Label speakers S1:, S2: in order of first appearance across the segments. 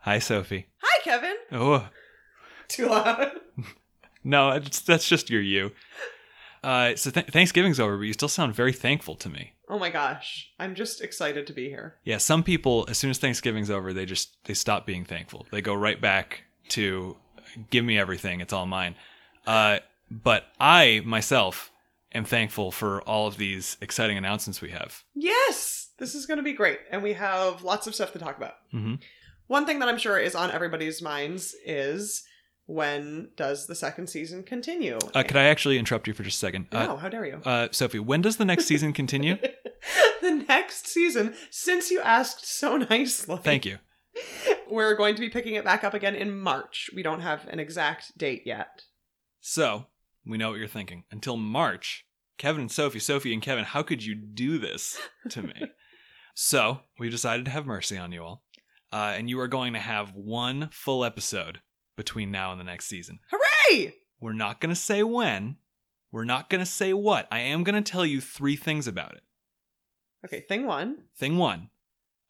S1: Hi, Sophie.
S2: Hi, Kevin.
S1: Oh,
S2: Too loud.
S1: no, it's, that's just your you. Uh, so th- Thanksgiving's over, but you still sound very thankful to me.
S2: Oh my gosh. I'm just excited to be here.
S1: Yeah, some people, as soon as Thanksgiving's over, they just they stop being thankful. They go right back to give me everything; it's all mine. Uh, but I myself am thankful for all of these exciting announcements we have.
S2: Yes, this is going to be great. And we have lots of stuff to talk about.
S1: hmm
S2: One thing that I'm sure is on everybody's minds is when does the second season continue?
S1: Uh, could I actually interrupt you for just a second?
S2: no, how dare you?
S1: Uh, uh, Sophie, when does the next season continue?
S2: the next season, since you asked so nicely,
S1: Thank you.
S2: We're going to be picking it back up again in March. We don't have an exact date yet.
S1: So, we know what you're thinking. Until March, Kevin and Sophie, Sophie and Kevin, how could you do this to me? so, we decided to have mercy on you all. Uh, and you are going to have one full episode between now and the next season.
S2: Hey,
S1: We're not going to say when. We're not going to say what. I am going to tell you three things about it.
S2: okay, thing one.
S1: Thing one,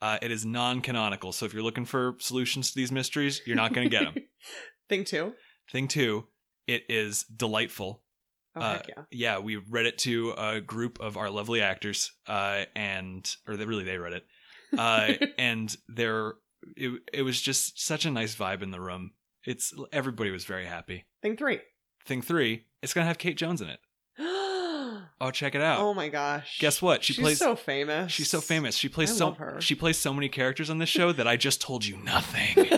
S1: uh, it is non canonical. So, if you're looking for solutions to these mysteries, you're not going to get them.
S2: Thing two.
S1: thing two, it is delightful.
S2: Oh
S1: Uh,
S2: heck yeah!
S1: yeah, we read it to a group of our lovely actors, uh, and or they, really they read it, uh, and there it, it was just such a nice vibe in the room. It's everybody was very happy.
S2: Thing three.
S1: Thing three, it's gonna have Kate Jones in it.
S2: oh
S1: Oh, check it out!
S2: my gosh!
S1: Guess what? She
S2: she's
S1: plays.
S2: so famous.
S1: she's so famous. She plays
S2: I
S1: so
S2: love her.
S1: she plays so many characters on this show that I just told you nothing.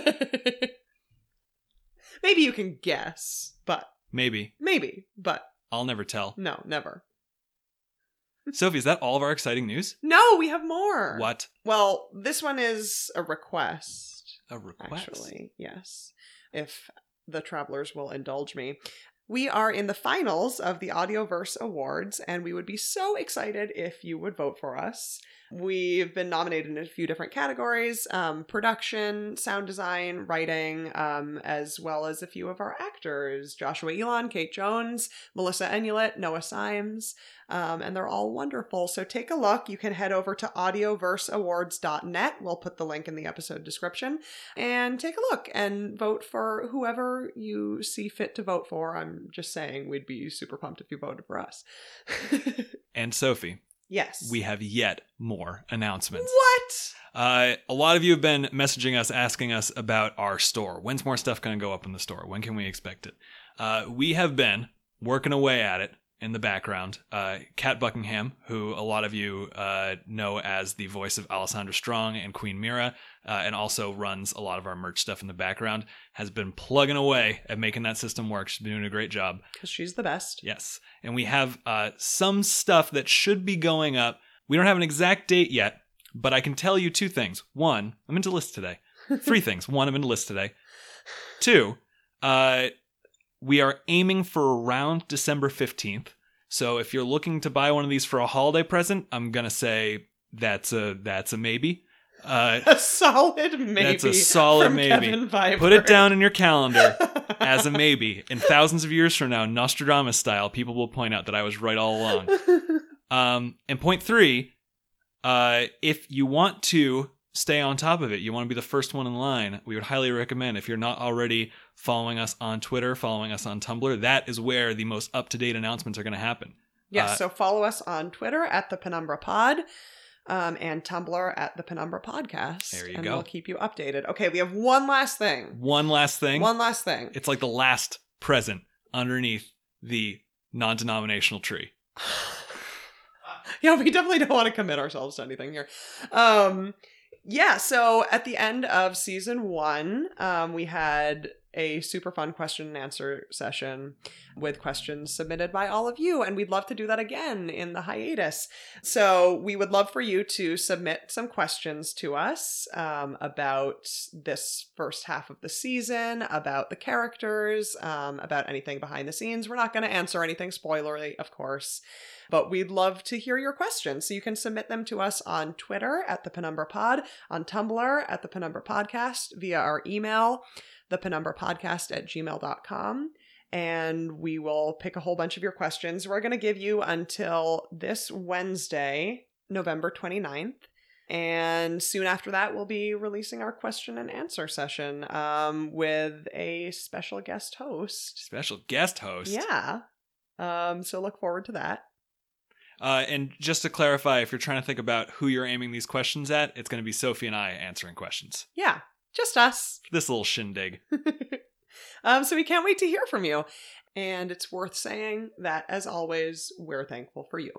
S2: maybe you can guess, but
S1: Maybe
S2: maybe, but
S1: I'll never tell.
S2: no, never.
S1: Sophie, is that all of our exciting news?
S2: No, we have more.
S1: What
S2: Well, this one is a request,
S1: a request!
S2: actually. Yes. If the travelers will indulge me. We are in the finals of the Audioverse Awards, and we would be so excited if you would vote for us. We've been nominated in a few different categories um, production, sound design, writing, um, as well as a few of our actors Joshua Elon, Kate Jones, Melissa Enulet, Noah Symes, um, and they're all wonderful. So take a look. You can head over to audioverseawards.net. We'll put the link in the episode description and take a look and vote for whoever you see fit to vote for. I'm just saying we'd be super pumped if you voted for us.
S1: And Sophie,
S2: yes.
S1: we have yet more announcements.
S2: What?
S1: Uh, a lot of you have been messaging us asking us about our store. When's more stuff going to go up in the store? When can we expect it? Uh, we have been working away at it in the background. Uh, Kat Buckingham, who a lot of you uh, know as the voice of Alessandra Strong and Queen Mira, uh, and also runs a lot of our merch stuff in the background, has been plugging away at making that system work. She's been doing a great job.
S2: Because she's the best.
S1: Yes. And we have uh, some stuff that should be going up. We don't have an exact date yet, but I can tell you two things. One, I'm into list today. Three things. One, I'm into list today. Two, uh, we are aiming for around December 15th. So if you're looking to buy one of these for a holiday present, I'm going to say that's a that's a maybe. Uh,
S2: A solid maybe.
S1: That's a solid
S2: from
S1: maybe.
S2: Kevin Viber.
S1: put it down in your calendar as a maybe. And thousands of years from now, Nostradamus style, people will point out that I was right all along. Um, and point three, uh, if you want to stay on top of it, you want to be the first one in line, we would highly recommend if you're not already following us on Twitter, following us on Tumblr, that is where the most up to date announcements are going to happen.
S2: Yes,
S1: Uh,
S2: so follow us on Twitter at the Penumbra Pod um, and Tumblr at the Penumbra Podcast.
S1: There you
S2: and
S1: go.
S2: We'll keep you updated. Okay, we have one last thing.
S1: One last thing
S2: One last thing.
S1: it's like the last present underneath the non denominational tree.
S2: yeah, we definitely don't want to commit ourselves to anything here. Um, yeah, so at the end of season one, um, we had a super fun question and answer session with questions submitted by all of you, and we'd love to do that again in the hiatus. So we would love for you to submit some questions to us um, about this first half of the season, about the characters, um, about anything behind the scenes. We're not going to answer anything spoilery, of course but we'd love to hear your questions. So you can submit them to us on Twitter at the Penumbra Pod, on Tumblr at the Penumbra Podcast, via our email, the Penumbra Podcast at gmail.com. And we will pick a whole bunch of your questions. We're going to give you until this Wednesday, November 29th, And soon after that, we'll be releasing our question and answer session um, with a special guest host.
S1: Special guest host.
S2: Yeah. Um, so look forward to that.
S1: Uh, and just to clarify, if you're trying to think about who you're aiming these questions at, it's going to be Sophie and I answering questions.
S2: Yeah, just us.
S1: This little shindig.
S2: um, so we can't wait to hear from you. And it's worth saying that, as always, we're thankful for you.